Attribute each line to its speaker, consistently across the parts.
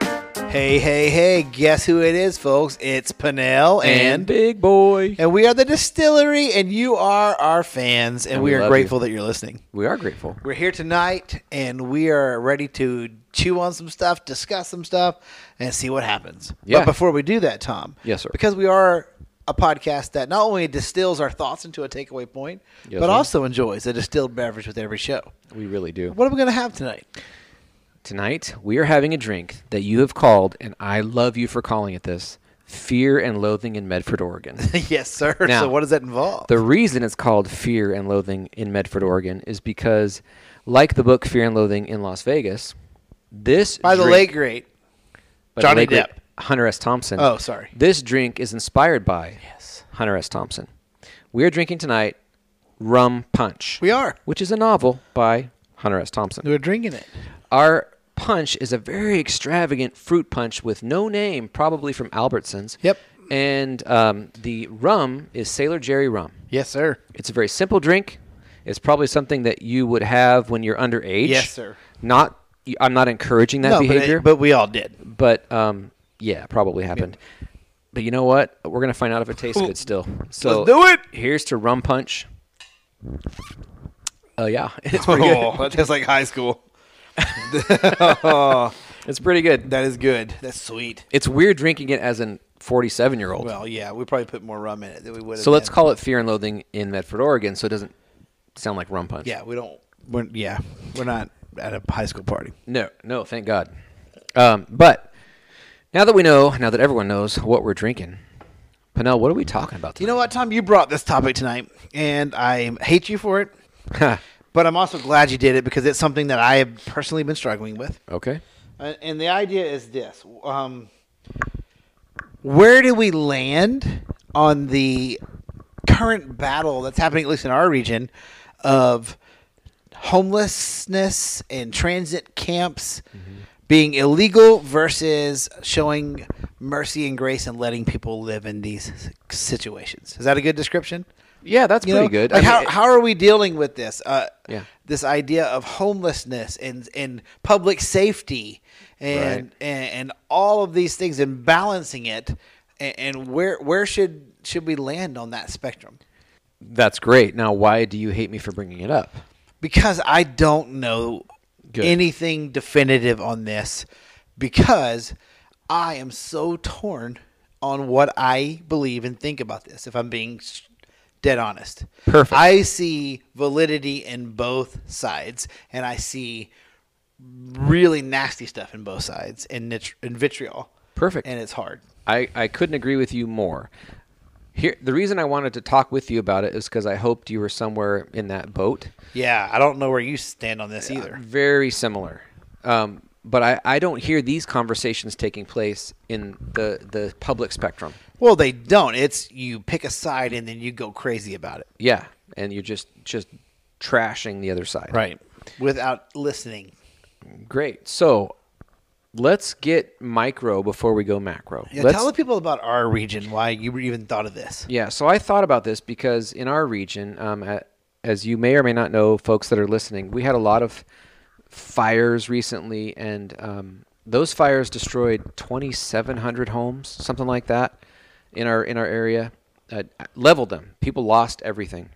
Speaker 1: Hey, hey, hey, guess who it is, folks? It's Pinnell
Speaker 2: and
Speaker 1: and
Speaker 2: big boy.
Speaker 1: and we are the distillery and you are our fans and,
Speaker 2: And
Speaker 1: we,
Speaker 2: we
Speaker 1: are
Speaker 2: love
Speaker 1: grateful that you're listening.
Speaker 2: We are grateful.
Speaker 1: We're here tonight and we are ready to chew on some stuff, discuss some stuff and see what happens.
Speaker 2: Yeah.
Speaker 1: But before we do that, Tom.
Speaker 2: Yes, sir.
Speaker 1: Because we are a podcast that not only distills our thoughts into a takeaway point,
Speaker 2: Yes,
Speaker 1: but
Speaker 2: sir.
Speaker 1: also enjoys a distilled beverage with every show.
Speaker 2: We really do.
Speaker 1: What are we going to have tonight?
Speaker 2: Tonight, we are having a drink that you have called, and I love you for calling it this Fear and Loathing in Medford, Oregon.
Speaker 1: yes, sir.
Speaker 2: Now,
Speaker 1: so what does that involve?
Speaker 2: the reason it's called Fear and Loathing in Medford, Oregon is because, like the book Fear and Loathing in Las Vegas, this.
Speaker 1: By the
Speaker 2: drink-
Speaker 1: late great.
Speaker 2: by the
Speaker 1: Johnny
Speaker 2: late great
Speaker 1: Depp.
Speaker 2: Hunter S. Thompson.
Speaker 1: Oh, sorry.
Speaker 2: This drink is inspired by
Speaker 1: Yes.
Speaker 2: Hunter S. Thompson. We are drinking tonight Rum Punch,
Speaker 1: We are.
Speaker 2: which is a novel by Hunter S. Thompson.
Speaker 1: We're drinking it.
Speaker 2: Our punch is a very extravagant fruit punch with no name, probably from Albertsons.
Speaker 1: Yep.
Speaker 2: And um, the rum is Sailor Jerry rum.
Speaker 1: Yes, sir.
Speaker 2: It's a very simple drink. It's probably something that you would have when you're underage.
Speaker 1: Yes, sir.
Speaker 2: Not. I'm not encouraging that
Speaker 1: no, but,
Speaker 2: behavior,
Speaker 1: it- but we all did.
Speaker 2: but, um, yeah, probably happened. But you know what? We're gonna find out if it tastes good still. So
Speaker 1: Let's do it!
Speaker 2: Here's to rum punch. Oh yeah, it's pretty good.
Speaker 1: that tastes Oh, like high school.
Speaker 2: It's pretty good.
Speaker 1: That is good. That's sweet.
Speaker 2: It's weird drinking it as an 47 year old.
Speaker 1: Well, yeah, we probably put more rum in it than we would have.
Speaker 2: so let's
Speaker 1: been.
Speaker 2: call it Fear and Loathing in Medford, Oregon, so it doesn't sound like rum punch.
Speaker 1: Yeah, we don't. We're, yeah, we're not at a high school party.
Speaker 2: No, no, thank God. Um, but now that we know, now that everyone knows what we're drinking, Pinnell, what are we talking about
Speaker 1: You
Speaker 2: today?
Speaker 1: know what, Tom? You brought this topic tonight, and I hate you for it. but I'm also glad you did it because it's something that I have personally been struggling with.
Speaker 2: okay.
Speaker 1: Uh, and the idea is this: um, Where do we land on the current battle that's happening, at least in our region, of homelessness and transit camps being illegal versus showing mercy and grace and letting people live in these s- situations? Is that a good description?
Speaker 2: Yeah, that's
Speaker 1: You
Speaker 2: pretty
Speaker 1: know,
Speaker 2: good.
Speaker 1: Like
Speaker 2: I
Speaker 1: how,
Speaker 2: mean, it-
Speaker 1: how are we dealing with this? Uh,
Speaker 2: Yeah.
Speaker 1: This idea of homelessness and and public safety and,
Speaker 2: Right.
Speaker 1: and and all of these things and balancing it and, and where where should should we land on that spectrum?
Speaker 2: that's great. Now, why do you hate me for bringing it up?
Speaker 1: because I don't know
Speaker 2: Good.
Speaker 1: anything definitive on this because I am so torn on what I believe and think about this if I'm being s- dead honest.
Speaker 2: Perfect.
Speaker 1: I see validity in both sides and I see really nasty stuff in both sides and nit- and vitriol.
Speaker 2: Perfect.
Speaker 1: And it's hard.
Speaker 2: I, I couldn't agree with you more. Here, the reason I wanted to talk with you about it is because I hoped you were somewhere in that boat.
Speaker 1: Yeah, I don't know where you stand on this either.
Speaker 2: Uh, Very similar. Um, but I, I don't hear these conversations taking place in the, the public spectrum.
Speaker 1: Well, they don't. It's you pick a side and then you go crazy about it.
Speaker 2: Yeah. And you're just just trashing the other side.
Speaker 1: Right. Without listening.
Speaker 2: Great. So let's get micro before we go macro.
Speaker 1: Yeah,
Speaker 2: Let's-
Speaker 1: tell the people about our region why you even thought of this.
Speaker 2: Yeah, so I thought about this because in our region, um, a- as you may or may not know, folks that are listening, we had a lot of fires recently, and um, those fires destroyed 2,700 homes, something like that, in our in our area, uh, leveled them. People lost everything,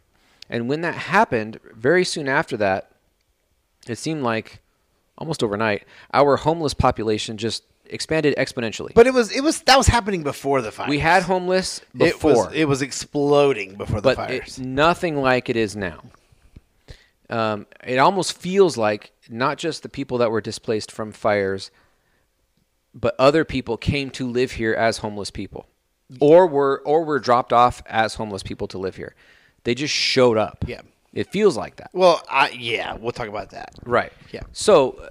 Speaker 2: and when that happened, very soon after that, it seemed like almost overnight, our homeless population just expanded exponentially.
Speaker 1: But it was it was that was happening before the fires.
Speaker 2: we had homeless
Speaker 1: it
Speaker 2: before.
Speaker 1: was it was exploding before the
Speaker 2: but
Speaker 1: fires.
Speaker 2: it's nothing like it is now. Um, it almost feels like not just the people that were displaced from fires, but other people came to live here as homeless people, or were or were dropped off as homeless people to live here. They just showed up.
Speaker 1: Yeah.
Speaker 2: it feels like that.
Speaker 1: well, I, yeah, we'll talk about that.
Speaker 2: Right.
Speaker 1: Yeah.
Speaker 2: So,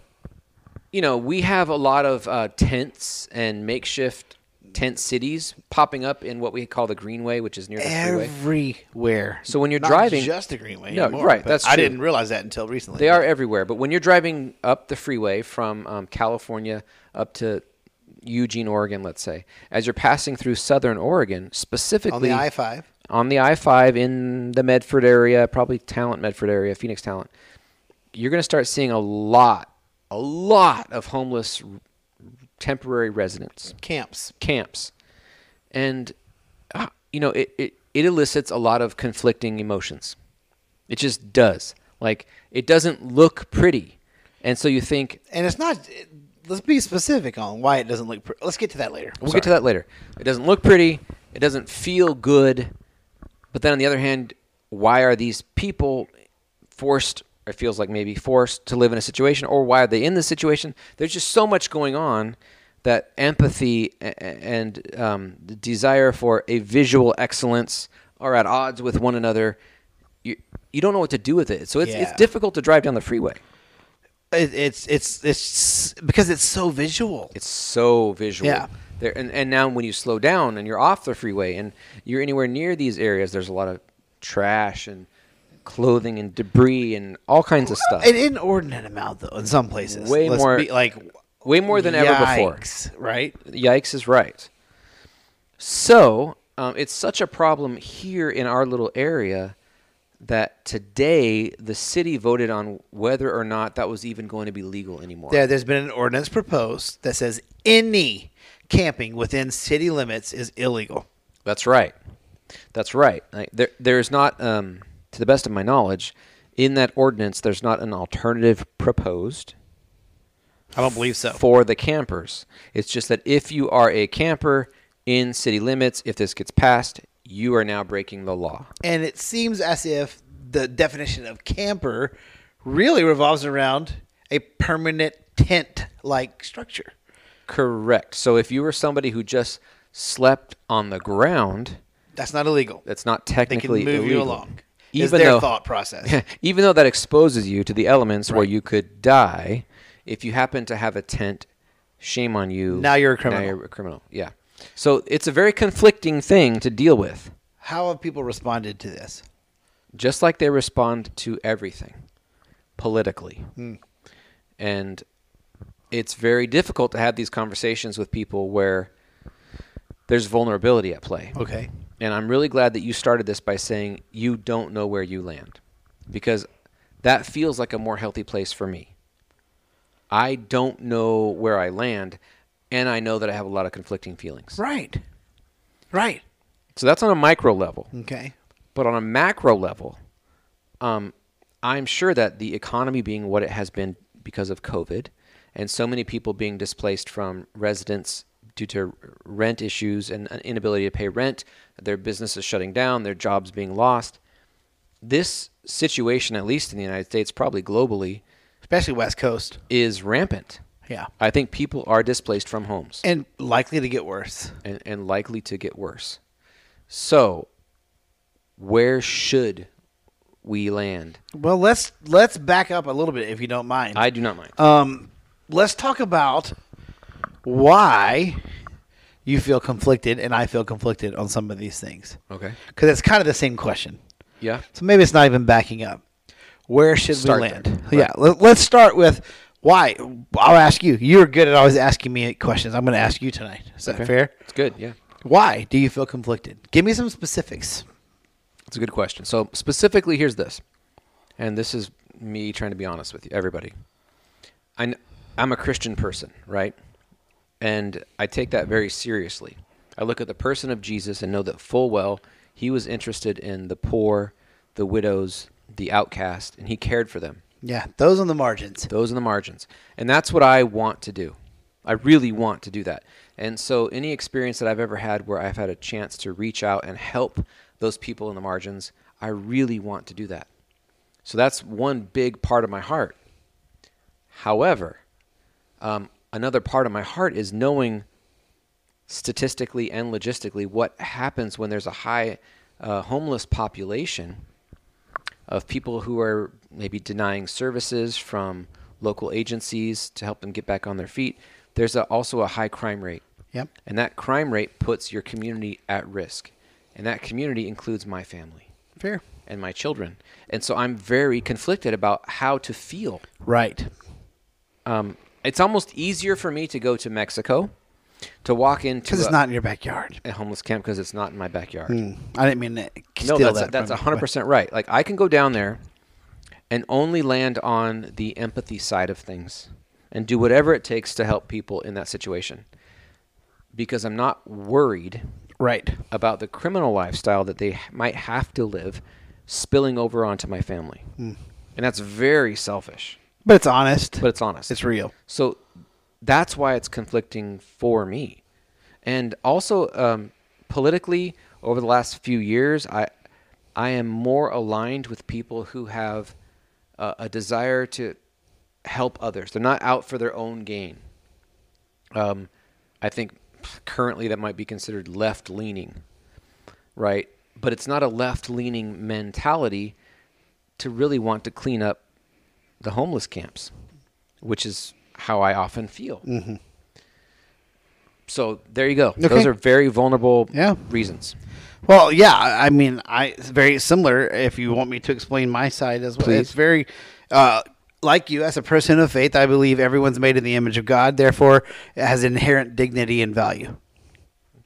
Speaker 2: you know, we have a lot of uh, tents and makeshift tent cities popping up in what we call the Greenway, which is near the freeway.
Speaker 1: Everywhere.
Speaker 2: So when you're
Speaker 1: Not
Speaker 2: driving-
Speaker 1: just the Greenway.
Speaker 2: No,
Speaker 1: anymore,
Speaker 2: right,
Speaker 1: but
Speaker 2: that's
Speaker 1: I
Speaker 2: true.
Speaker 1: didn't realize that until recently.
Speaker 2: They are everywhere. But when you're driving up the freeway from um, California up to Eugene, Oregon, let's say, as you're passing through southern Oregon, specifically
Speaker 1: on the I five.
Speaker 2: on the I 5 in the Medford area, probably Talent Medford area, Phoenix Talent, you're going to start seeing a lot, a lot of homeless r- temporary residents,
Speaker 1: camps.
Speaker 2: camps, and uh, you know it, it it elicits a lot of conflicting emotions. It just does. Like it doesn't look pretty, and so you think
Speaker 1: And it's not. It, let's be specific on why it doesn't look. Pre- let's get to that later.
Speaker 2: We'll get to that later. It doesn't look pretty. It doesn't feel good. But then on the other hand, why are these people forced? It feels like maybe forced to live in a situation, or why are they in this situation? There's just so much going on that empathy a- a- and um, the desire for a visual excellence are at odds with one another. You you don't know what to do with it, so it's
Speaker 1: Yeah.
Speaker 2: it's difficult to drive down the freeway.
Speaker 1: It, it's it's it's because it's so visual.
Speaker 2: It's so visual.
Speaker 1: Yeah.
Speaker 2: There and, and now when you slow down and you're off the freeway and you're anywhere near these areas, there's a lot of trash and clothing and debris and all kinds of stuff.
Speaker 1: an inordinate amount though in some places.
Speaker 2: Way
Speaker 1: Let's
Speaker 2: more-
Speaker 1: be- like
Speaker 2: Way more than ever before.
Speaker 1: yikes, right?
Speaker 2: Yikes is right. So um, it's such a problem here in our little area that today the city voted on whether or not that was even going to be legal anymore.
Speaker 1: There, there's been an ordinance proposed that says any camping within city limits is illegal.
Speaker 2: That's right. That's right. Like, there, there's not, um, to the best of my knowledge, in that ordinance, there's not an alternative proposed
Speaker 1: I don't believe so.
Speaker 2: for the campers. It's just that if you are a camper in city limits, if this gets passed, you are now breaking the law.
Speaker 1: And it seems as if the definition of camper really revolves around a permanent tent-like structure.
Speaker 2: Correct. So if you were somebody who just slept on the ground,
Speaker 1: That's not illegal.
Speaker 2: that's not
Speaker 1: They can
Speaker 2: technically
Speaker 1: move
Speaker 2: illegal.
Speaker 1: you along. Is
Speaker 2: Even
Speaker 1: their
Speaker 2: though-
Speaker 1: thought process.
Speaker 2: even though that exposes you to the elements where you could die, if you happen to have a tent, shame on you.
Speaker 1: Now you're a criminal.
Speaker 2: Now you're a criminal. Yeah. So it's a very conflicting thing to deal with,
Speaker 1: How have people responded to this?
Speaker 2: just like they respond to everything politically.
Speaker 1: Hmm.
Speaker 2: And it's very difficult to have these conversations with people where there's vulnerability at play.
Speaker 1: Okay.
Speaker 2: And I'm really glad that you started this by saying you don't know where you land because that feels like a more healthy place for me. I don't know where I land and I know that I have a lot of conflicting feelings.
Speaker 1: Right. Right.
Speaker 2: So that's on a micro level.
Speaker 1: Okay.
Speaker 2: But on a macro level, um, I'm sure that the economy being what it has been because of COVID and so many people being displaced from residence due to rent issues and an inability to pay rent, their businesses shutting down, their jobs being lost. This situation, at least in the United States, probably globally,
Speaker 1: Especially West Coast.
Speaker 2: is rampant.
Speaker 1: Yeah.
Speaker 2: I think people are displaced from homes
Speaker 1: And likely to get worse.
Speaker 2: and, and likely to get worse. So, where should we land?
Speaker 1: Well, let's let's back up a little bit if you don't mind.
Speaker 2: I do not mind.
Speaker 1: um let's talk about why you feel conflicted and I feel conflicted on some of these things.
Speaker 2: Okay.
Speaker 1: Cuz it's kind of the same question.
Speaker 2: Yeah.
Speaker 1: So maybe it's not even backing up. Where should
Speaker 2: Start
Speaker 1: we land?
Speaker 2: there. Right.
Speaker 1: Yeah, let, let's start with why. I'll ask you. You're good at always asking me questions. I'm going to ask you tonight. Is that fair?
Speaker 2: It's good. Yeah.
Speaker 1: Why do you feel conflicted? Give me some specifics.
Speaker 2: It's a good question. So specifically, here's this, and this is me trying to be honest with you, everybody. I kn- I'm a Christian person, right? And I take that very seriously. I look at the person of Jesus and know that full well he was interested in the poor, the widows, the outcast, and he cared for them.
Speaker 1: Yeah, those on the margins.
Speaker 2: those in the margins and that's what i want to do i really want to do that and so any experience that i've ever had where i've had a chance to reach out and help those people in the margins i really want to do that so that's one big part of my heart however um, another part of my heart is knowing statistically and logistically what happens when there's a high uh, homeless population of people who are maybe denying services from local agencies to help them get back on their feet. There's a, also a high crime rate.
Speaker 1: Yep.
Speaker 2: And that crime rate puts your community at risk. And that community includes my family
Speaker 1: Fair.
Speaker 2: and my children. And so I'm very conflicted about how to feel.
Speaker 1: Right.
Speaker 2: Um, it's almost easier for me to go to Mexico to walk into
Speaker 1: Because
Speaker 2: a-
Speaker 1: it's not in your backyard.
Speaker 2: a homeless camp because it's not in my backyard.
Speaker 1: I didn't mean to
Speaker 2: mm. No,
Speaker 1: steal
Speaker 2: that's
Speaker 1: that.
Speaker 2: that's
Speaker 1: from you,
Speaker 2: hundred percent right. Like I can go down there and only land on the empathy side of things and do whatever it takes to help people in that situation. Because I'm not worried
Speaker 1: Right.
Speaker 2: about the criminal lifestyle that they h- might have to live spilling over onto my family. And that's very selfish,
Speaker 1: But it's honest.
Speaker 2: but it's honest.
Speaker 1: it's real.
Speaker 2: So that's why it's conflicting for me. And also, um, politically, over the last few years, I I am more aligned with people who have uh, a desire to help others. They're not out for their own gain. Um, I think currently that might be considered left leaning, right? But it's not a left leaning mentality to really want to clean up the homeless camps, which is how I often feel. Mm-hmm. So there you go. Those
Speaker 1: Okay.
Speaker 2: are very vulnerable
Speaker 1: Yeah.
Speaker 2: reasons.
Speaker 1: Well, yeah, I I mean, I it's very similar. If you want me to explain my side as well, it's very uh, like you as a person of faith. I believe everyone's made in the image of God, therefore, it has inherent dignity and value.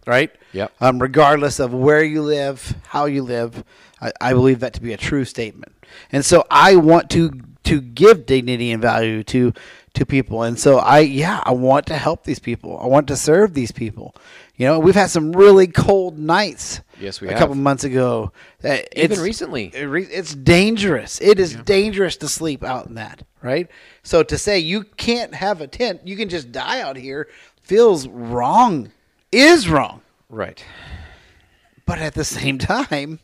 Speaker 1: Right.
Speaker 2: Yep.
Speaker 1: Um, regardless of where you live, how you live, I, I believe that to be a true statement. And so I want to to give dignity and value to to people. And so I yeah, I want to help these people. I want to serve these people. You know, we've had some really cold nights
Speaker 2: Yes, we
Speaker 1: a
Speaker 2: have.
Speaker 1: couple months ago. Uh, it's-
Speaker 2: recently.
Speaker 1: it re- It's dangerous. It is dangerous to sleep out in that, right? So to say you can't have a tent, you can just die out here feels wrong. Is wrong.
Speaker 2: Right.
Speaker 1: But at the same time,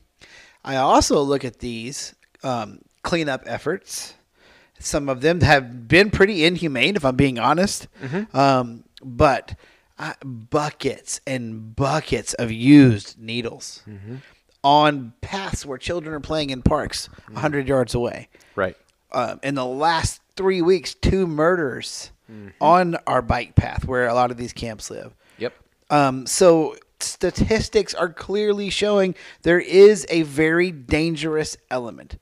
Speaker 1: I also look at these um, cleanup efforts. Some of them have been pretty inhumane, if I'm being honest. Um, but I, buckets and buckets of used needles on paths where children are playing in parks, a 100 yards away
Speaker 2: Right.
Speaker 1: um, in the last three weeks, two murders on our bike path where a lot of these camps live.
Speaker 2: Yep.
Speaker 1: Um, so statistics are clearly showing there is a very dangerous element.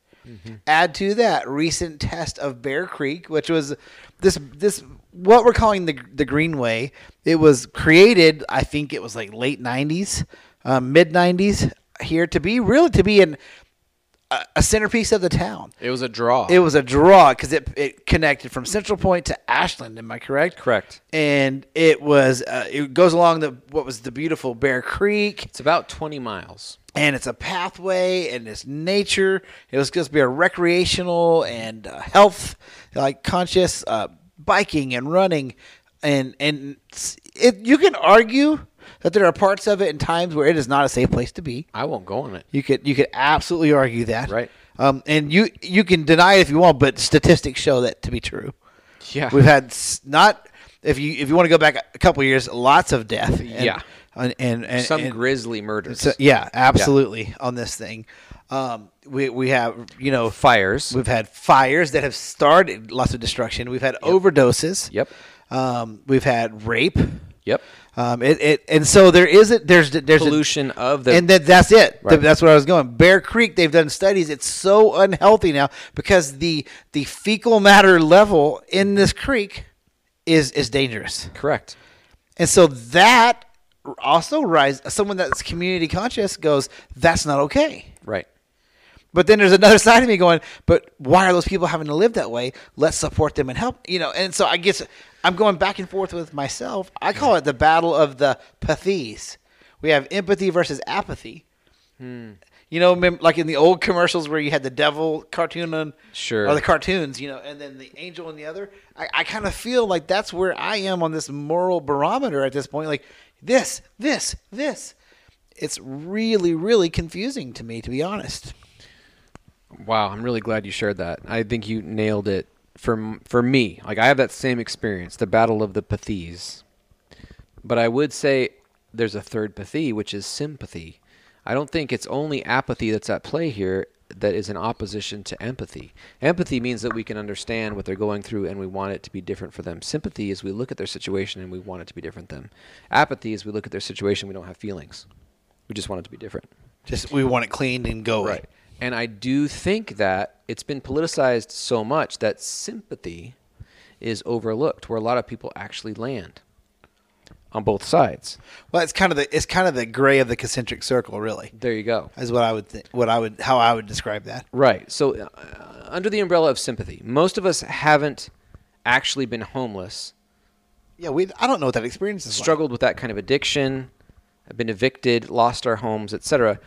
Speaker 1: Add to that recent test of Bear Creek, which was this this what we're calling the the Greenway. It was created, I think it was like late '90s, um, mid '90s here to be really to be an a, a centerpiece of the town.
Speaker 2: It was a draw.
Speaker 1: It was a draw because it, it connected from Central Point to Ashland. Am I correct?
Speaker 2: Correct.
Speaker 1: And it was uh, it goes along the what was the beautiful Bear Creek,
Speaker 2: it's about 20 miles.
Speaker 1: and it's a pathway and it's nature. It was supposed to be a recreational and uh, health like conscious uh, biking and running, and and it's- it you can argue that there are parts of it and times where it is not a safe place to be.
Speaker 2: I won't go on it.
Speaker 1: You could you could absolutely argue that,
Speaker 2: Right.
Speaker 1: Um, and you you can deny it if you want, but statistics show that to be true.
Speaker 2: Yeah.
Speaker 1: We've had s- not if you if you want to go back a couple years, lots of death. and-
Speaker 2: Yeah.
Speaker 1: and and, and
Speaker 2: Some
Speaker 1: and-
Speaker 2: grisly murders.
Speaker 1: so- yeah, absolutely on this thing. Um, we we have you know
Speaker 2: Fires.
Speaker 1: We've had fires that have started lots of destruction. We've had overdoses.
Speaker 2: Yep.
Speaker 1: Um, we've had rape.
Speaker 2: Yep.
Speaker 1: Um, it, it and so there is it there's there's a-
Speaker 2: Pollution of the.
Speaker 1: and that, that's it.
Speaker 2: Right.
Speaker 1: That's where I was going. Bear Creek, they've done studies. It's so unhealthy now because the the fecal matter level in this creek is is dangerous,
Speaker 2: correct.
Speaker 1: and so that also rise someone that's community conscious goes that's not okay.
Speaker 2: Right.
Speaker 1: But then there's another side of me going, but why are those people having to live that way? Let's support them and help, you know. And so I guess I'm going back and forth with myself. I call it the battle of the pathies. We have empathy versus apathy. You know, mem- like in the old commercials where you had the devil cartoon on,
Speaker 2: Sure.
Speaker 1: or the cartoons, you know, and then the angel on the other. I, I kind of feel like that's where I am on this moral barometer at this point. Like this, this, this. It's really, really confusing to me, to be honest.
Speaker 2: Wow, I'm really glad you shared that. I think you nailed it for for me. Like I have that same experience, the battle of the pathies. But I would say there's a third pathy, which is sympathy. I don't think it's only apathy that's at play here that is in opposition to empathy. Empathy means that we can understand what they're going through and we want it to be different for them. Sympathy is we look at their situation and we want it to be different than them. Apathy is we look at their situation, we don't have feelings. We just want it to be different.
Speaker 1: Just we want it cleaned and go away.
Speaker 2: Right. And I do think that it's been politicized so much that sympathy is overlooked, where a lot of people actually land on both sides.
Speaker 1: Well, it's kind of the it's kind of the gray of the concentric circle, really,
Speaker 2: There you go.
Speaker 1: is what I would th- what I would how I would describe that.
Speaker 2: Right. So, uh, under the umbrella of sympathy, most of us haven't actually been homeless,
Speaker 1: Yeah, we. I don't know what that experience is. like.
Speaker 2: struggled with that kind of addiction, have been evicted, lost our homes, etc.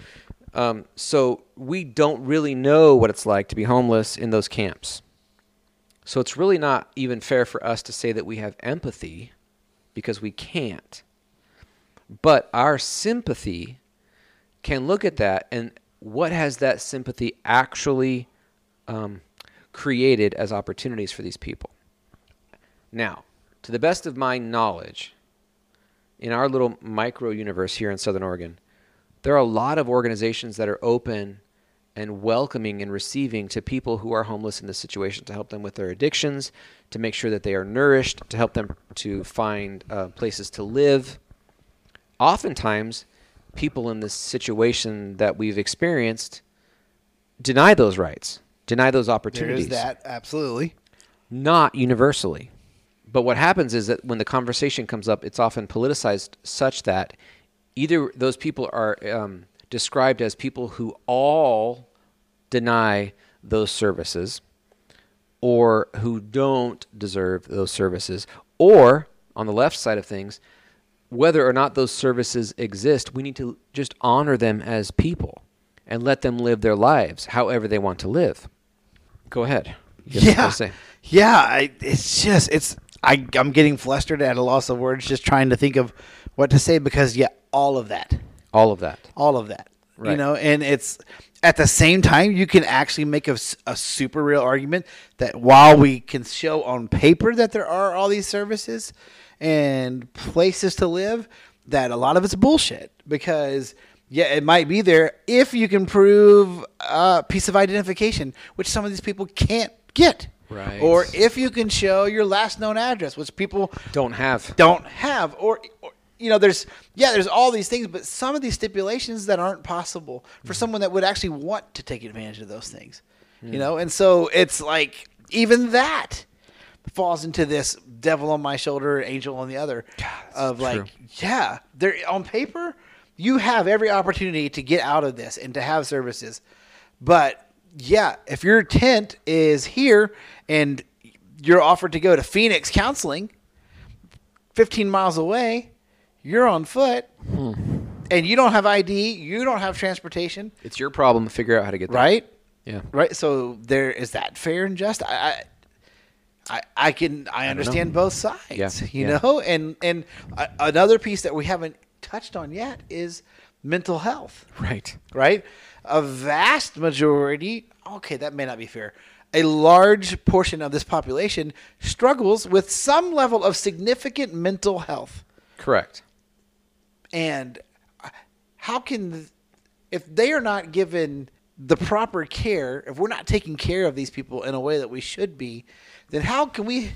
Speaker 2: Um, so we don't really know what it's like to be homeless in those camps. So it's really not even fair for us to say that we have empathy because we can't. But our sympathy can look at that and what has that sympathy actually um, created as opportunities for these people? Now, to the best of my knowledge, in our little micro universe here in Southern Oregon, there are a lot of organizations that are open and welcoming and receiving to people who are homeless in this situation to help them with their addictions, to make sure that they are nourished, to help them to find uh, places to live. Oftentimes, people in this situation that we've experienced deny those rights, deny those
Speaker 1: There
Speaker 2: opportunities
Speaker 1: is that. Absolutely.
Speaker 2: not universally. But what happens is that when the conversation comes up, it's often politicized such that either those people are um, described as people who all deny those services or who don't deserve those services, or on the left side of things, whether or not those services exist, we need to just honor them as people and let them live their lives however they want to live. Go ahead. You have something
Speaker 1: Yeah.
Speaker 2: to say.
Speaker 1: Yeah. I, it's just. It's. I. I'm getting flustered at a loss of words, just trying to think of what to say because yeah, all of that.
Speaker 2: All of that.
Speaker 1: all of that you
Speaker 2: Right.
Speaker 1: know and it's at the same time you can actually make a, s- a super real argument that while we can show on paper that there are all these services and places to live that a lot of it's bullshit because yeah it might be there if you can prove a piece of identification which some of these people can't get
Speaker 2: Right.
Speaker 1: or if you can show your last known address which people
Speaker 2: Don't have.
Speaker 1: don't have or, or you know there's yeah there's all these things but some of these stipulations that aren't possible
Speaker 2: Mm-hmm.
Speaker 1: for someone that would actually want to take advantage of those things you know and so it's like even that falls into this devil on my shoulder angel on the other of like
Speaker 2: true.
Speaker 1: yeah there on paper you have every opportunity to get out of this and to have services but yeah if your tent is here and you're offered to go to phoenix counseling 15 miles away, you're on foot,
Speaker 2: Hmm.
Speaker 1: and you don't have ID, you don't have transportation,
Speaker 2: It's your problem to figure out how to get there.
Speaker 1: right?
Speaker 2: Yeah.
Speaker 1: Right. So there is that fair and just. I, I, I- I can I understand both sides.
Speaker 2: Yeah,
Speaker 1: You
Speaker 2: yeah.
Speaker 1: know, and and a, another piece that we haven't touched on yet is mental health
Speaker 2: Right.
Speaker 1: right? A vast majority, okay, that may not be fair. A large portion of this population struggles with some level of significant mental health.
Speaker 2: Correct.
Speaker 1: And uh, how can, if they are not given the proper care, if we're not taking care of these people in a way that we should be, then how can we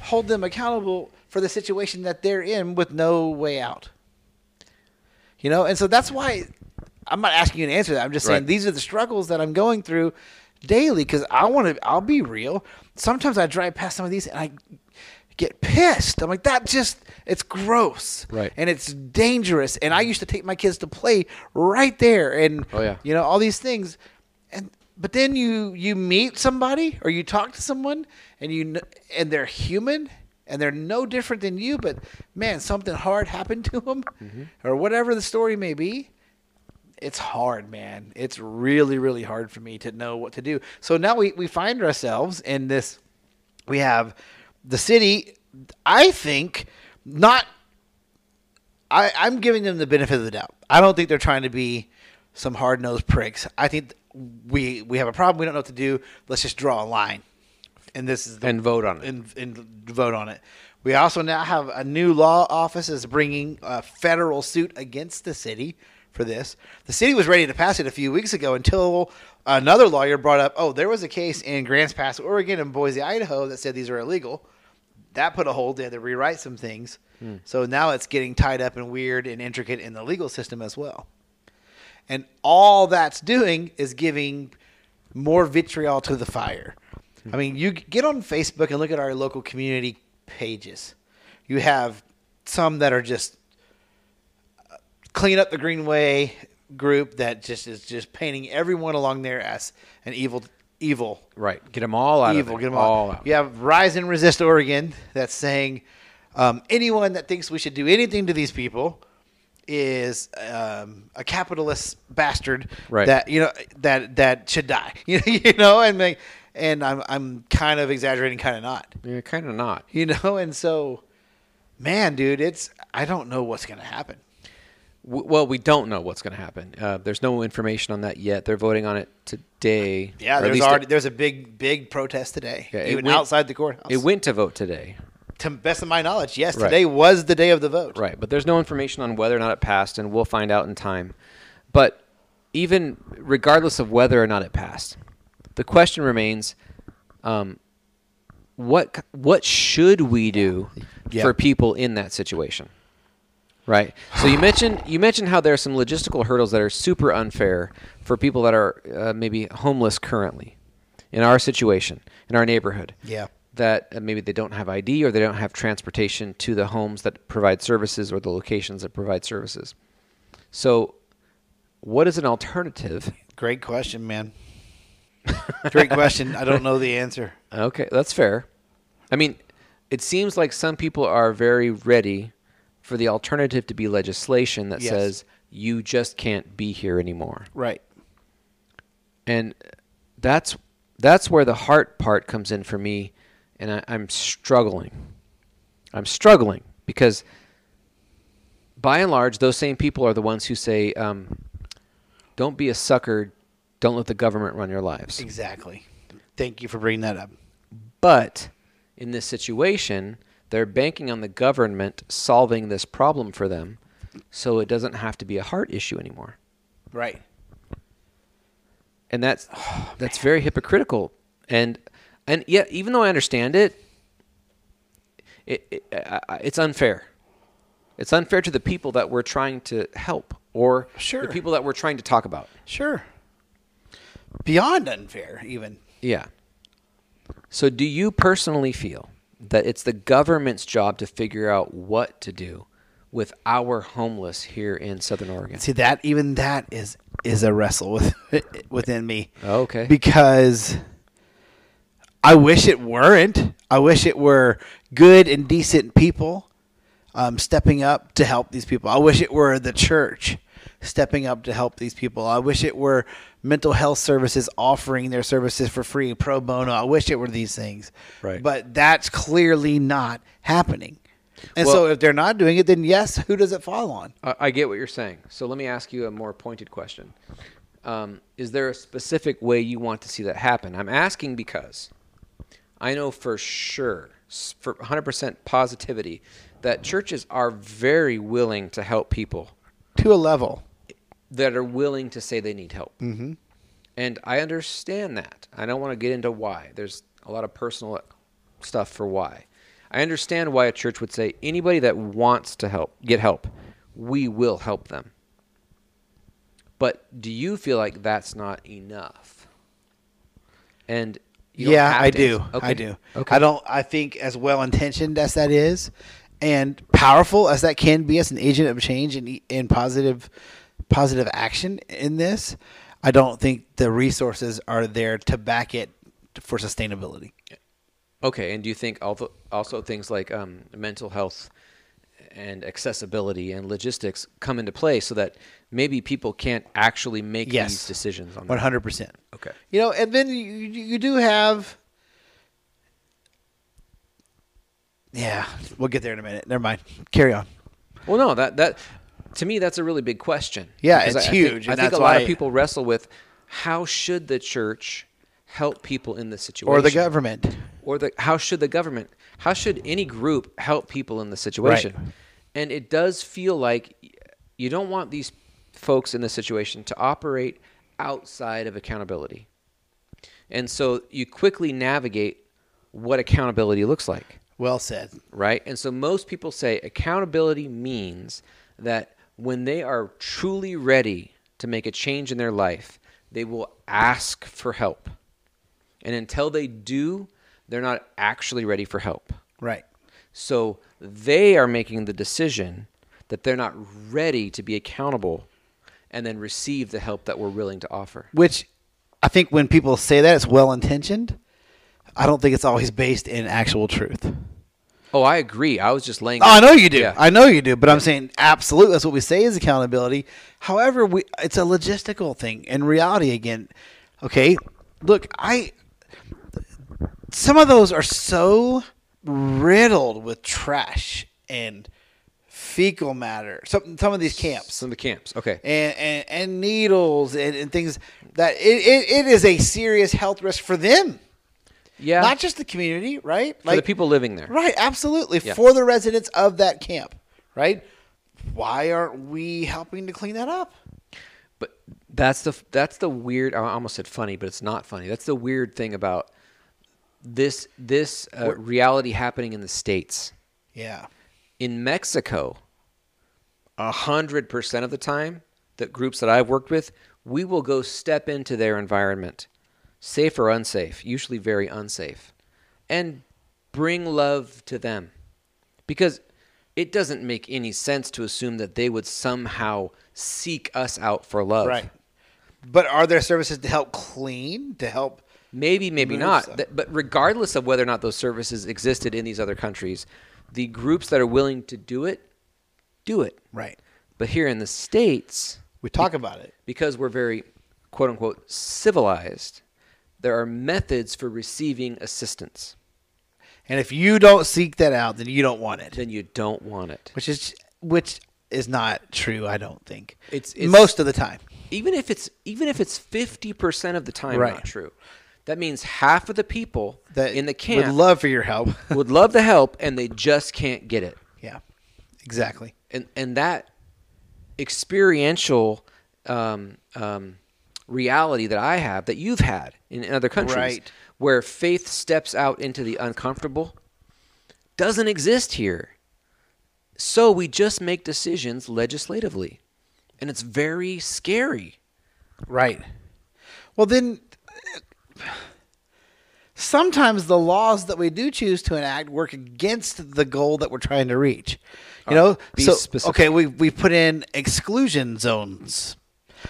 Speaker 1: hold them accountable for the situation that they're in with no way out? You know, and so that's why I'm not asking you to answer that. I'm just saying
Speaker 2: Right.
Speaker 1: these are the struggles that I'm going through daily because I want to, I'll be real. Sometimes I drive past some of these and I get pissed. I'm like, that just, it's gross.
Speaker 2: Right.
Speaker 1: And it's dangerous. And I used to take my kids to play right there and,
Speaker 2: Oh, yeah.
Speaker 1: you know, all these things. And, but then you, you meet somebody or you talk to someone and you, kn- and they're human and they're no different than you, but man, something hard happened to them
Speaker 2: Mm-hmm.
Speaker 1: or whatever the story may be it's hard, man. It's really, really hard for me to know what to do. So now we, we find ourselves in this. We have the city, I think, not. I, I'm giving them the benefit of the doubt. I don't think they're trying to be some hard nosed pricks. I think we we have a problem. We don't know what to do. Let's just draw a line. And this is the
Speaker 2: And vote on it.
Speaker 1: and, and vote on it. We also now have a new law office is bringing a federal suit against the city for this. The city was ready to pass it a few weeks ago until another lawyer brought up, oh, there was a case in Grants Pass, Oregon, and Boise, Idaho, that said these are illegal. That put a hold. They had to rewrite some things.
Speaker 2: Hmm.
Speaker 1: So now it's getting tied up and weird and intricate in the legal system as well. And all that's doing is giving more vitriol to the fire. I mean, you g- get on Facebook and look at our local community pages. You have some that are just uh, clean up the greenway group that just is just painting everyone along there as an evil evil.
Speaker 2: Right. Get them all out
Speaker 1: evil.
Speaker 2: of
Speaker 1: Get
Speaker 2: there.
Speaker 1: them all.
Speaker 2: out.
Speaker 1: You have Rise and Resist Oregon that's saying um, anyone that thinks we should do anything to these people is um, a capitalist bastard
Speaker 2: Right.
Speaker 1: that you know that that should die. You know, you know, and like, and I'm I'm kind of exaggerating, kind of not.
Speaker 2: Yeah, kind of not.
Speaker 1: You know, and so, man, dude, it's I don't know what's gonna happen.
Speaker 2: W- well, we don't know what's going to happen. Uh, there's no information on that yet. They're voting on it today. or
Speaker 1: Yeah,
Speaker 2: at
Speaker 1: there's
Speaker 2: least it-
Speaker 1: already there's a big big protest today,
Speaker 2: Yeah, it
Speaker 1: even
Speaker 2: went-
Speaker 1: outside the courthouse.
Speaker 2: It went to vote today,
Speaker 1: to best of my knowledge, yes,
Speaker 2: Right.
Speaker 1: today was the day of the vote.
Speaker 2: right? But there's no information on whether or not it passed, and we'll find out in time. But even regardless of whether or not it passed, the question remains: um, what c- what should we do
Speaker 1: Yeah.
Speaker 2: for people in that situation? Right. So you mentioned you mentioned how there are some logistical hurdles that are super unfair for people that are uh, maybe homeless currently, in our situation, in our neighborhood.
Speaker 1: Yeah.
Speaker 2: That uh, maybe they don't have ID or they don't have transportation to the homes that provide services or the locations that provide services. So, what is an alternative?
Speaker 1: Great question, man. Great question. I don't know the answer.
Speaker 2: Okay, that's fair. I mean, it seems like some people are very ready for the alternative to be legislation that
Speaker 1: Yes.
Speaker 2: says you just can't be here anymore.
Speaker 1: Right.
Speaker 2: And that's that's where the heart part comes in for me and I, I'm struggling. I'm struggling because by and large those same people are the ones who say, um, don't be a sucker, don't let the government run your lives.
Speaker 1: Exactly. Thank you for bringing that up.
Speaker 2: But in this situation, they're banking on the government solving this problem for them so it doesn't have to be a heart issue anymore.
Speaker 1: Right.
Speaker 2: And that's that's very hypocritical. And and yet even though I understand it, it, it I- I- it's unfair. It's unfair to the people that we're trying to help or
Speaker 1: Sure.
Speaker 2: the people that we're trying to talk about.
Speaker 1: Sure. Beyond unfair, even.
Speaker 2: Yeah. So, do you personally feel that it's the government's job to figure out what to do with our homeless here in Southern Oregon?
Speaker 1: See that even that is is a wrestle with within me.
Speaker 2: Oh, Okay.
Speaker 1: Because I wish it weren't. I wish it were good and decent people um, stepping up to help these people. I wish it were the church stepping up to help these people. I wish it were mental health services offering their services for free pro bono. I wish it were these things.
Speaker 2: Right.
Speaker 1: But that's clearly not happening. And so
Speaker 2: Well-
Speaker 1: if they're not doing it, then yes, who does it fall on?
Speaker 2: I, I get what you're saying. So, let me ask you a more pointed question. Um, is there a specific way you want to see that happen? I'm asking because I know for sure, s- for 100% positivity, that churches are very willing to help people
Speaker 1: To a level.
Speaker 2: that are willing to say they need help. Mm-hmm. And I understand that. I don't want to get into why. There's a lot of personal stuff for why. I understand why a church would say anybody that wants to help, get help. We will help them. But do you feel like that's not enough? And you don't
Speaker 1: yeah,
Speaker 2: have
Speaker 1: I
Speaker 2: to
Speaker 1: do.
Speaker 2: answer-
Speaker 1: I do.
Speaker 2: Okay.
Speaker 1: I don't. I think as well intentioned as that is, and powerful as that can be as an agent of change and and positive, positive action in this, I don't think the resources are there to back it for sustainability.
Speaker 2: Okay, and do you think also, also things like um, mental health and accessibility and logistics come into play so that maybe people can't actually make
Speaker 1: Yes.
Speaker 2: these decisions on
Speaker 1: One
Speaker 2: their
Speaker 1: hundred percent.
Speaker 2: Okay.
Speaker 1: You know, and then you you you do have. Yeah, we'll get there in a minute. Never mind. Carry on.
Speaker 2: Well, no, that that to me that's a really big question.
Speaker 1: Yeah,
Speaker 2: Because
Speaker 1: it's
Speaker 2: I- I
Speaker 1: huge,
Speaker 2: think,
Speaker 1: and
Speaker 2: I think
Speaker 1: that's
Speaker 2: a lot
Speaker 1: why-
Speaker 2: of people wrestle with how should the church help people in this situation,
Speaker 1: Or the government.
Speaker 2: or the how should the government, how should any group help people in this situation? And it does feel like y- you don't want these folks in this situation to operate outside of accountability, and so you quickly navigate what accountability looks like
Speaker 1: Well said.
Speaker 2: right? And so most people say accountability means that when they are truly ready to make a change in their life, they will ask for help. And until they do, they're not actually ready for help.
Speaker 1: Right.
Speaker 2: So they are making the decision that they're not ready to be accountable and then receive the help that we're willing to offer.
Speaker 1: which I think when people say that, it's well intentioned. I don't think it's always based in actual truth.
Speaker 2: Oh, I agree. I was just laying.
Speaker 1: Oh, I know you do.
Speaker 2: Yeah.
Speaker 1: I know you do. But I'm saying absolutely. That's what we say is accountability. However, we it's a logistical thing. In reality, again, okay. Look, I some of those are so riddled with trash and fecal matter. Some some of these camps
Speaker 2: some of the camps. Okay.
Speaker 1: and, and, and needles and, and things that it, it, it is a serious health risk for them,
Speaker 2: Yeah.
Speaker 1: not just the community, right?
Speaker 2: for the people living there.
Speaker 1: Right, absolutely.
Speaker 2: Yeah.
Speaker 1: For the residents of that camp, right? Why aren't we helping to clean that up?
Speaker 2: But that's the that's the weird. I almost said funny, but it's not funny. That's the weird thing about this this uh, reality happening in the states.
Speaker 1: Yeah.
Speaker 2: In Mexico, a hundred percent of the time, the groups that I've worked with, we will go step into their environment, safe or unsafe, usually very unsafe, and bring love to them, because it doesn't make any sense to assume that they would somehow seek us out for love.
Speaker 1: Right. But are there services to help clean, to help?
Speaker 2: Maybe, maybe
Speaker 1: Move
Speaker 2: not.
Speaker 1: some.
Speaker 2: Th- But regardless of whether or not those services existed in these other countries, the groups that are willing to do it, do it.
Speaker 1: Right.
Speaker 2: But here in the States,
Speaker 1: We talk about it.
Speaker 2: because we're very quote unquote civilized, there are methods for receiving assistance.
Speaker 1: And if you don't seek that out, then you don't want it,
Speaker 2: Then you don't want it.
Speaker 1: which is which is not true. I don't think
Speaker 2: It's- it's-
Speaker 1: most of the time.
Speaker 2: Even if it's even if it's fifty percent of the time
Speaker 1: Right.
Speaker 2: not true. That means half of the people
Speaker 1: that
Speaker 2: in the camp
Speaker 1: would love for your help.
Speaker 2: would love the help and they just can't get it.
Speaker 1: yeah, exactly.
Speaker 2: and and that experiential um, um, reality that I have that you've had in, in other countries,
Speaker 1: Right.
Speaker 2: where faith steps out into the uncomfortable, doesn't exist here. So we just make decisions legislatively, and it's very scary.
Speaker 1: Right. Well, then sometimes the laws that we do choose to enact work against the goal that we're trying to reach. You know,
Speaker 2: Uh, be
Speaker 1: so
Speaker 2: specific.
Speaker 1: okay, we we put in exclusion zones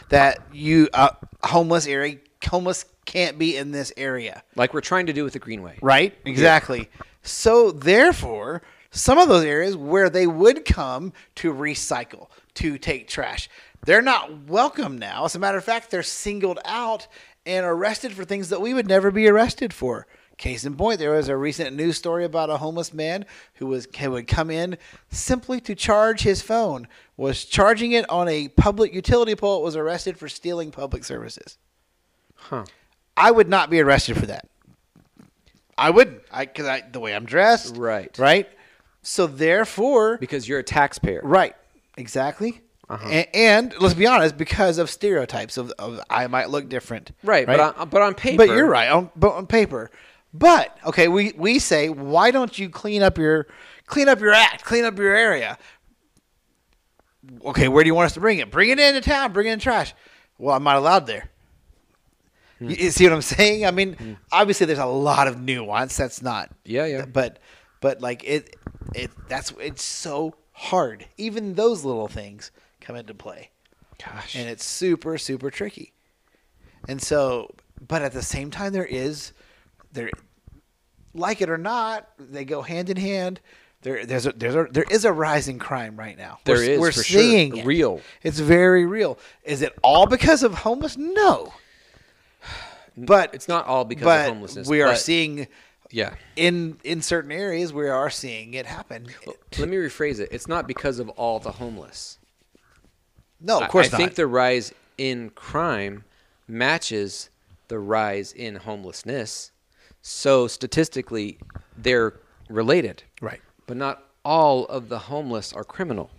Speaker 1: that you uh, homeless area homeless can't be in this area.
Speaker 2: Like we're trying to do with the Greenway.
Speaker 1: Right? Exactly. So therefore, some of those areas where they would come to recycle, to take trash, they're not welcome now. As a matter of fact, they're singled out and arrested for things that we would never be arrested for. Case in point, there was a recent news story about a homeless man who was who would come in simply to charge his phone, was charging it on a public utility pole, was arrested for stealing public services.
Speaker 2: Huh.
Speaker 1: I would not be arrested for that. I wouldn't, I because I the way I'm dressed,
Speaker 2: Right.
Speaker 1: right. So therefore,
Speaker 2: Because you're a taxpayer.
Speaker 1: right, exactly.
Speaker 2: Uh-huh.
Speaker 1: A- and let's be honest, because of stereotypes of, of I might look different,
Speaker 2: Right, but on- but on paper-
Speaker 1: But you're right on, but on paper. But okay, we we say why don't you clean up your clean up your act, clean up your area? Okay, where do you want us to bring it? Bring it into town, bring it in trash. Well, I'm not allowed there. You- You see what I'm saying? I mean, obviously there's a lot of nuance. That's not.
Speaker 2: Hmm. Yeah, yeah.
Speaker 1: But but like it it that's it's so hard. Even those little things come into play.
Speaker 2: Gosh.
Speaker 1: And it's super super tricky. And so but at the same time there is there like it or not, they go hand in hand. There, there's a, there's a, there is a rise in crime right now.
Speaker 2: There
Speaker 1: we're,
Speaker 2: is,
Speaker 1: we're
Speaker 2: for sure.
Speaker 1: seeing it.
Speaker 2: Real.
Speaker 1: It's very real. Is it all because of homeless? No. But
Speaker 2: It's not all because
Speaker 1: but
Speaker 2: of homelessness.
Speaker 1: We are
Speaker 2: but-
Speaker 1: seeing
Speaker 2: Yeah.
Speaker 1: in in certain areas we are seeing it happen.
Speaker 2: Let me rephrase it. It's not because of all the homeless.
Speaker 1: No,
Speaker 2: I-
Speaker 1: of course
Speaker 2: I
Speaker 1: not.
Speaker 2: think the rise in crime matches the rise in homelessness. So statistically, they're related.
Speaker 1: right.
Speaker 2: But not all of the homeless are criminal.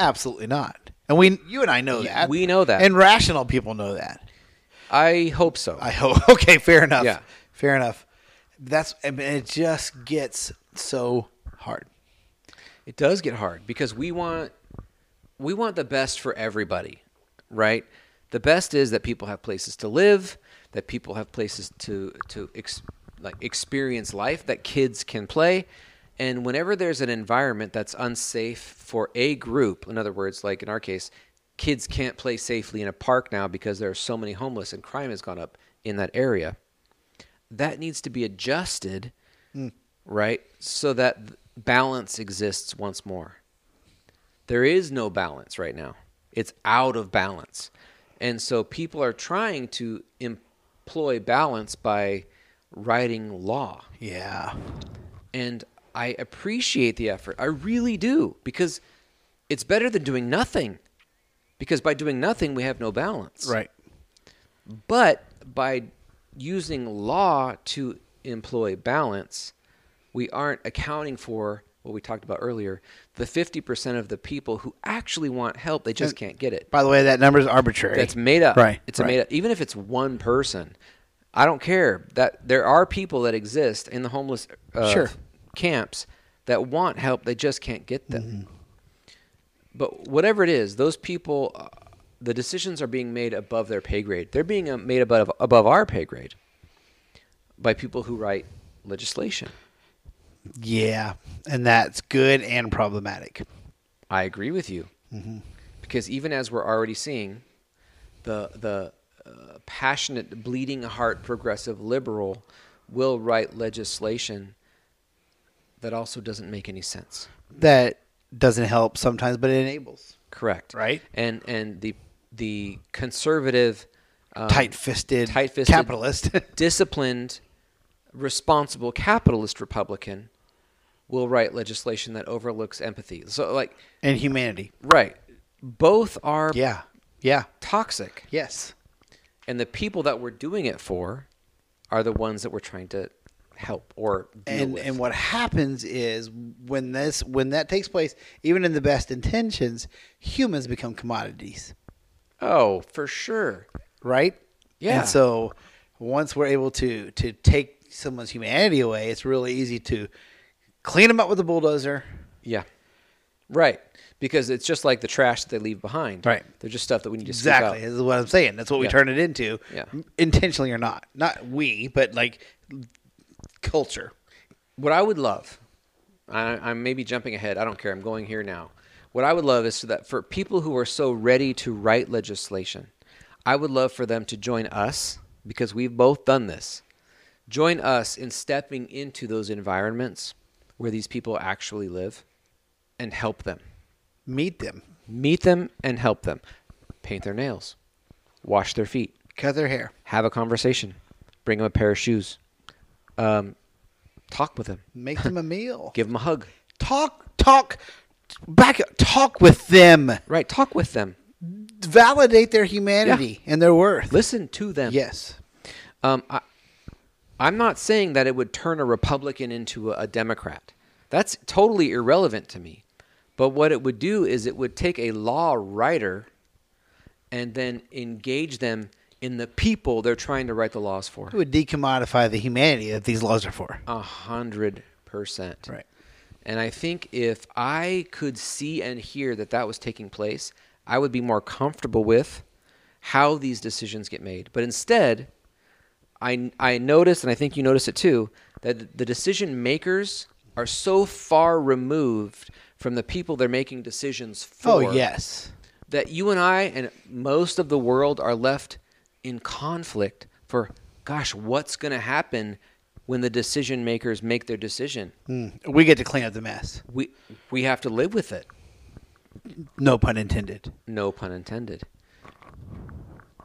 Speaker 1: Absolutely not. And we you and I know that.
Speaker 2: we know that.
Speaker 1: And rational people know that.
Speaker 2: I hope so.
Speaker 1: I hope. Okay, fair enough.
Speaker 2: Yeah.
Speaker 1: Fair enough. That's I mean, it just gets so hard.
Speaker 2: it does get hard because we want we want the best for everybody, right? The best is that people have places to live, that people have places to to ex, like experience life, that kids can play, and whenever there's an environment that's unsafe for a group, in other words, like in our case, kids can't play safely in a park now because there are so many homeless and crime has gone up. in that area. That needs to be adjusted, right? So that balance exists once more. There is no balance right now. It's out of balance. And so people are trying to employ balance by writing law.
Speaker 1: Yeah.
Speaker 2: And I appreciate the effort. I really do because it's better than doing nothing. Because by doing nothing, we have no balance.
Speaker 1: Right.
Speaker 2: But by using law to employ balance, we aren't accounting for what we talked about earlier the 50% of the people who actually want help, they just can't get it.
Speaker 1: By the way, that number is arbitrary.
Speaker 2: That's made up.
Speaker 1: Right,
Speaker 2: It's a
Speaker 1: right.
Speaker 2: made up. Even if it's one person, I don't care that there are people that exist in the homeless uh,
Speaker 1: Sure.
Speaker 2: camps that want help. They just can't get them.
Speaker 1: Mm-hmm.
Speaker 2: But whatever it is, those people, uh, the decisions are being made above their pay grade. They're being uh, made above above our pay grade by people who write legislation.
Speaker 1: yeah, and that's good and problematic.
Speaker 2: I agree with you.
Speaker 1: Mm-hmm.
Speaker 2: Because even as we're already seeing, the the uh, passionate, bleeding heart progressive liberal will write legislation that also doesn't make any sense.
Speaker 1: That doesn't help sometimes, but it enables.
Speaker 2: Correct.
Speaker 1: Right.
Speaker 2: And and the the conservative, um,
Speaker 1: tight-fisted,
Speaker 2: tight-fisted-
Speaker 1: capitalist.
Speaker 2: disciplined, responsible capitalist Republican will write legislation that overlooks empathy. So like
Speaker 1: and humanity.
Speaker 2: right, both are
Speaker 1: Yeah. Yeah.
Speaker 2: toxic.
Speaker 1: Yes.
Speaker 2: and the people that we're doing it for are the ones that we're trying to help or deal
Speaker 1: and
Speaker 2: with.
Speaker 1: and what happens is when this when that takes place, even in the best intentions, humans become commodities,
Speaker 2: oh, for sure.
Speaker 1: right?
Speaker 2: Yeah.
Speaker 1: And so once we're able to to take someone's humanity away, it's really easy to clean them up with a bulldozer.
Speaker 2: Yeah. Right. Because it's just like the trash that they leave behind.
Speaker 1: Right.
Speaker 2: They're just stuff that we need to scoop out.
Speaker 1: Exactly. This is what I'm saying. That's what we
Speaker 2: Yeah.
Speaker 1: turn it into,
Speaker 2: Yeah.
Speaker 1: intentionally or not. Not we, but like culture.
Speaker 2: What I would love, I, I'm maybe jumping ahead. I don't care. I'm going here now. What I would love is so that for people who are so ready to write legislation, I would love for them to join us because we've both done this. Join us in stepping into those environments where these people actually live and help them.
Speaker 1: Meet them,
Speaker 2: Meet them and help them. Paint their nails, wash their feet,
Speaker 1: cut their hair.
Speaker 2: have a conversation, bring them a pair of shoes, um, talk with them,
Speaker 1: Make them a meal.
Speaker 2: give them a hug.
Speaker 1: talk talk back talk with them
Speaker 2: Right. Talk with them.
Speaker 1: validate their humanity and their worth
Speaker 2: Listen to them.
Speaker 1: yes
Speaker 2: Um, I, I'm not saying that it would turn a Republican into a, a Democrat. That's totally irrelevant to me. But what it would do is it would take a law writer and then engage them in the people they're trying to write the laws for.
Speaker 1: it would decommodify the humanity that these laws are for
Speaker 2: A hundred percent.
Speaker 1: Right.
Speaker 2: And I think if I could see and hear that that was taking place, I would be more comfortable with how these decisions get made. But instead, I I noticed, and I think you noticed it too, that the decision makers are so far removed from the people they're making decisions for.
Speaker 1: oh yes
Speaker 2: That you and I and most of the world are left in conflict for, gosh, what's going to happen when the decision makers make their decision?
Speaker 1: Mm. we get to clean up the mess
Speaker 2: we we have to live with it.
Speaker 1: no pun intended
Speaker 2: No pun intended.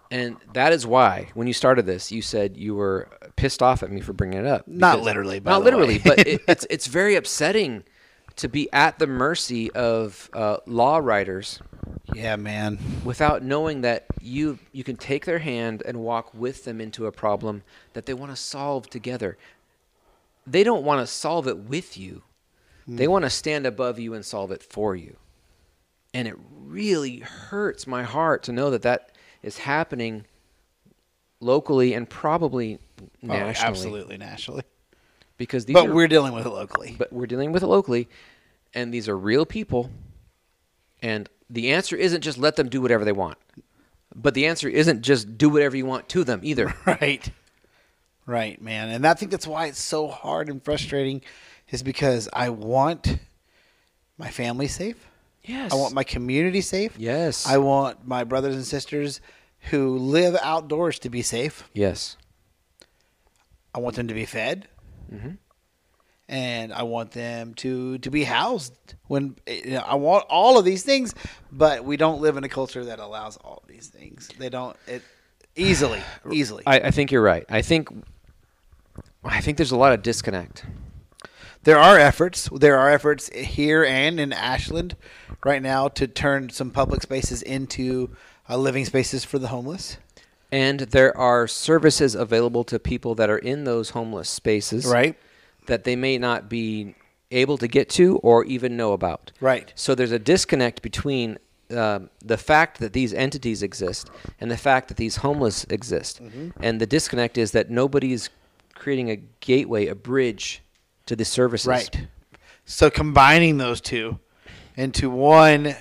Speaker 2: And that is why, when you started this, you said you were pissed off at me for bringing it up.
Speaker 1: Not
Speaker 2: Because-
Speaker 1: literally, by
Speaker 2: not
Speaker 1: the
Speaker 2: literally,
Speaker 1: way.
Speaker 2: but it, it's it's very upsetting to be at the mercy of uh, law writers
Speaker 1: yeah man
Speaker 2: without knowing that you you can take their hand and walk with them into a problem that they want to solve together. They don't want to solve it with you. They want to stand above you and solve it for you. And it really hurts my heart to know that that is happening locally and probably
Speaker 1: Oh,
Speaker 2: nationally
Speaker 1: absolutely nationally
Speaker 2: because these
Speaker 1: but
Speaker 2: are,
Speaker 1: we're dealing with it locally
Speaker 2: but we're dealing with it locally and these are real people and the answer isn't just let them do whatever they want but the answer isn't just do whatever you want to them either
Speaker 1: right right man and i think that's why it's so hard and frustrating is because i want my family safe
Speaker 2: yes
Speaker 1: I want my community safe.
Speaker 2: Yes.
Speaker 1: I want my brothers and sisters who live outdoors to be safe.
Speaker 2: yes
Speaker 1: I want them to be fed,
Speaker 2: Mm-hmm.
Speaker 1: and I want them to to be housed. When you know, I want all of these things, but we don't live in a culture that allows all of these things. They don't it easily, easily.
Speaker 2: I, I think you're right. I think I think there's a lot of disconnect.
Speaker 1: there are efforts. There are efforts here and in Ashland right now to turn some public spaces into uh, living spaces for the homeless.
Speaker 2: And there are services available to people that are in those homeless spaces
Speaker 1: Right.
Speaker 2: that they may not be able to get to or even know about.
Speaker 1: Right.
Speaker 2: So there's a disconnect between um, the fact that these entities exist and the fact that these homeless exist.
Speaker 1: Mm-hmm.
Speaker 2: And the disconnect is that nobody's creating a gateway, a bridge to the services.
Speaker 1: Right. So combining those two into one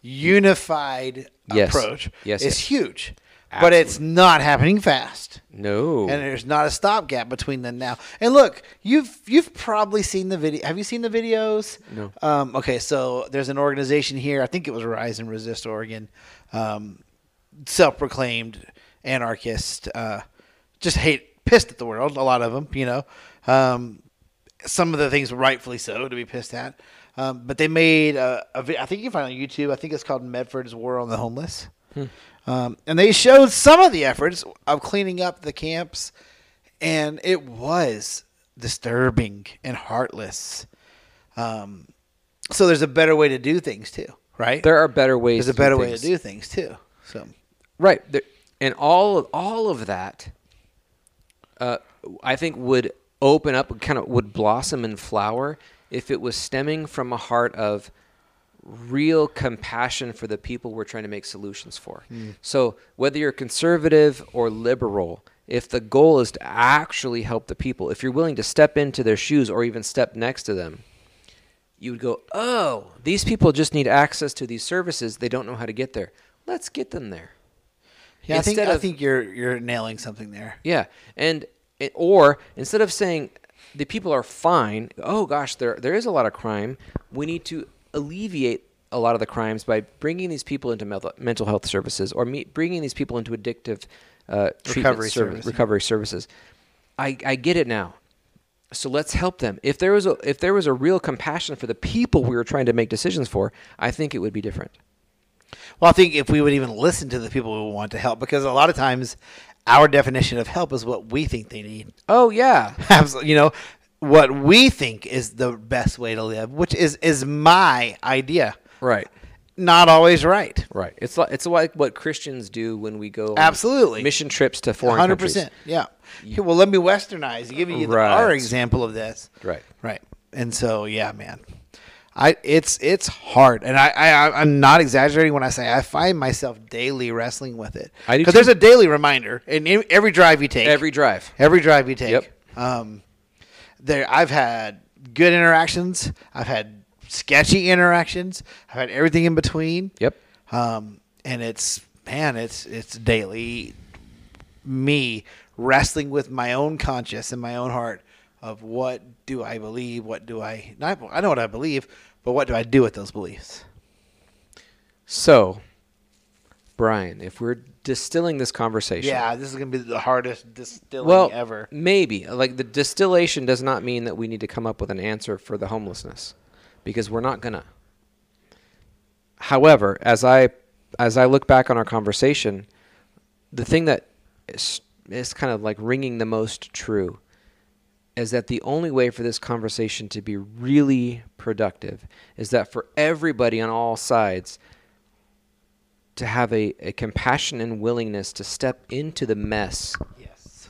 Speaker 1: unified
Speaker 2: Yes.
Speaker 1: approach
Speaker 2: Yes,
Speaker 1: is
Speaker 2: yes.
Speaker 1: huge. But it's not happening fast.
Speaker 2: No.
Speaker 1: And there's not a stopgap between them now. And look, you've you've probably seen the video. Have you seen the videos?
Speaker 2: No.
Speaker 1: Um, okay, so there's an organization here. I think it was Rise and Resist Oregon, um, self-proclaimed anarchist. Uh, just hate, pissed at the world. A lot of them, you know. Um, some of the things rightfully so to be pissed at. Um, but they made a, a vi- I think you can find it on YouTube. I think it's called Medford's War on the Homeless.
Speaker 2: Hmm.
Speaker 1: Um, and they showed some of the efforts of cleaning up the camps, and it was disturbing and heartless. Um, so there's a better way to do things too, right?
Speaker 2: there are better ways.
Speaker 1: there's a
Speaker 2: to
Speaker 1: better
Speaker 2: do
Speaker 1: way to
Speaker 2: things.
Speaker 1: do things too. So
Speaker 2: Right. There, and all of, all of that, uh, I think, would open up, kind of would blossom and flower if it was stemming from a heart of real compassion for the people we're trying to make solutions for. So whether you're conservative or liberal, if the goal is to actually help the people, if you're willing to step into their shoes or even step next to them, you would go, oh, these people just need access to these services. They don't know how to get there. Let's get them there.
Speaker 1: yeah, I think
Speaker 2: Instead
Speaker 1: I
Speaker 2: of-
Speaker 1: think you're you're nailing something there.
Speaker 2: Yeah, and and- or instead of saying the people are fine, oh gosh, there there is a lot of crime. We need to alleviate a lot of the crimes by bringing these people into mental, mental health services or me, bringing these people into addictive uh, treatment
Speaker 1: Recovery
Speaker 2: serv-
Speaker 1: service.
Speaker 2: recovery services. I, I get it now. So let's help them. If there was a if there was a real compassion for the people we were trying to make decisions for, I think it would be different.
Speaker 1: Well, I think if we would even listen to the people who want to help, because a lot of times our definition of help is what we think they need.
Speaker 2: Oh yeah,
Speaker 1: Absolutely, you know what we think is the best way to live, which is is my idea.
Speaker 2: right.
Speaker 1: Not always right.
Speaker 2: Right. It's like it's like what Christians do when we go on
Speaker 1: Absolutely.
Speaker 2: mission trips to foreign
Speaker 1: Hundred
Speaker 2: countries.
Speaker 1: percent. Yeah. Here, well, let me westernize. Give you the,
Speaker 2: Right.
Speaker 1: our example of this.
Speaker 2: Right.
Speaker 1: Right. And so, yeah, man, I it's it's hard, and I, I I'm not exaggerating when I say I find myself daily wrestling with it.
Speaker 2: I do
Speaker 1: because
Speaker 2: too.
Speaker 1: there's a daily reminder in in every drive you take.
Speaker 2: Every drive.
Speaker 1: Every drive you take.
Speaker 2: Yep.
Speaker 1: Um, there, I've had good interactions. I've had sketchy interactions. I've had everything in between.
Speaker 2: Yep.
Speaker 1: Um, and it's man, it's it's daily me wrestling with my own conscience and my own heart of what do I believe, what do I not? I know what I believe, but what do I do with those beliefs?
Speaker 2: So, Brian, if we're distilling this conversation,
Speaker 1: Yeah, this is gonna be the hardest distilling
Speaker 2: well,
Speaker 1: ever.
Speaker 2: maybe like the distillation does not mean that we need to come up with an answer for the homelessness, because we're not gonna. However, as I as I look back on our conversation, the thing that is, is kind of like ringing the most true is that the only way for this conversation to be really productive is that for everybody on all sides to have a, a compassion and willingness to step into the mess
Speaker 1: Yes.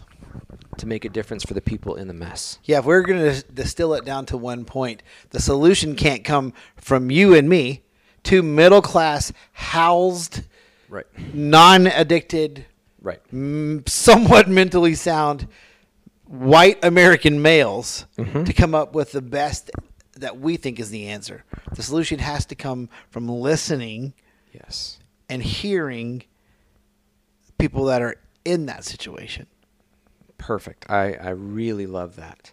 Speaker 2: to make a difference for the people in the mess.
Speaker 1: Yeah, if we're going to distill it down to one point, the solution can't come from you and me to middle class, housed,
Speaker 2: Right.
Speaker 1: non addicted,
Speaker 2: Right.
Speaker 1: somewhat mentally sound white American males
Speaker 2: Mm-hmm.
Speaker 1: to come up with the best that we think is the answer. The solution has to come from listening
Speaker 2: Yes.
Speaker 1: and hearing people that are in that situation.
Speaker 2: Perfect. I, I really love that.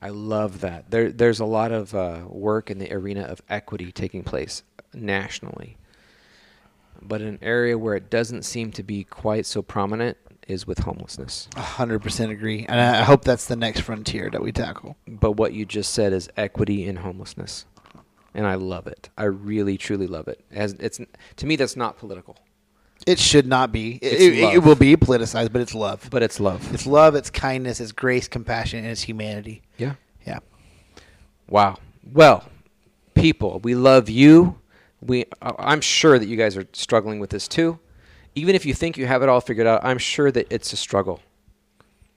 Speaker 2: I love that. There, there's a lot of uh, work in the arena of equity taking place nationally. But in an area where it doesn't seem to be quite so prominent is with homelessness.
Speaker 1: 100% agree. And I I hope that's the next frontier that we tackle.
Speaker 2: But what you just said is equity in homelessness, and I love it. I really, truly love it. It has- it's to me that's not political,
Speaker 1: It should not be. It,
Speaker 2: It's
Speaker 1: it, it
Speaker 2: love.
Speaker 1: will be politicized, but it's love.
Speaker 2: but it's love.
Speaker 1: It's love, it's kindness, it's grace, compassion, and it's humanity.
Speaker 2: yeah.
Speaker 1: Yeah.
Speaker 2: Wow. Well, people, we love you. We, I- I'm sure that you guys are struggling with this too. Even if you think you have it all figured out, I'm sure that it's a struggle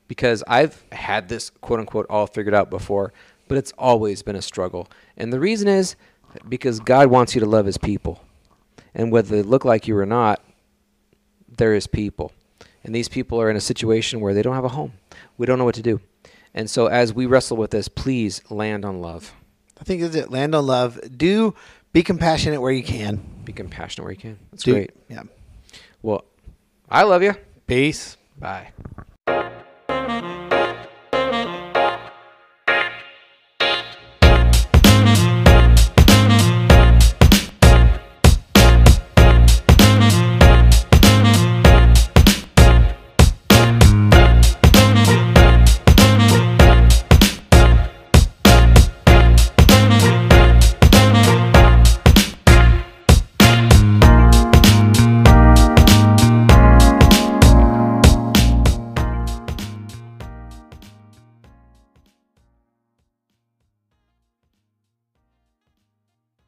Speaker 2: because I've had this quote unquote all figured out before, but it's always been a struggle. And the reason is because God wants you to love his people. And whether they look like you or not, there is people. And these people are in a situation where they don't have a home. We don't know what to do. And so as we wrestle with this, please land on love.
Speaker 1: I think that's it. Land on love. Do be compassionate where you can.
Speaker 2: Be compassionate where you can. That's
Speaker 1: Do-
Speaker 2: great.
Speaker 1: Yeah.
Speaker 2: Well, I love you.
Speaker 1: Peace.
Speaker 2: Bye.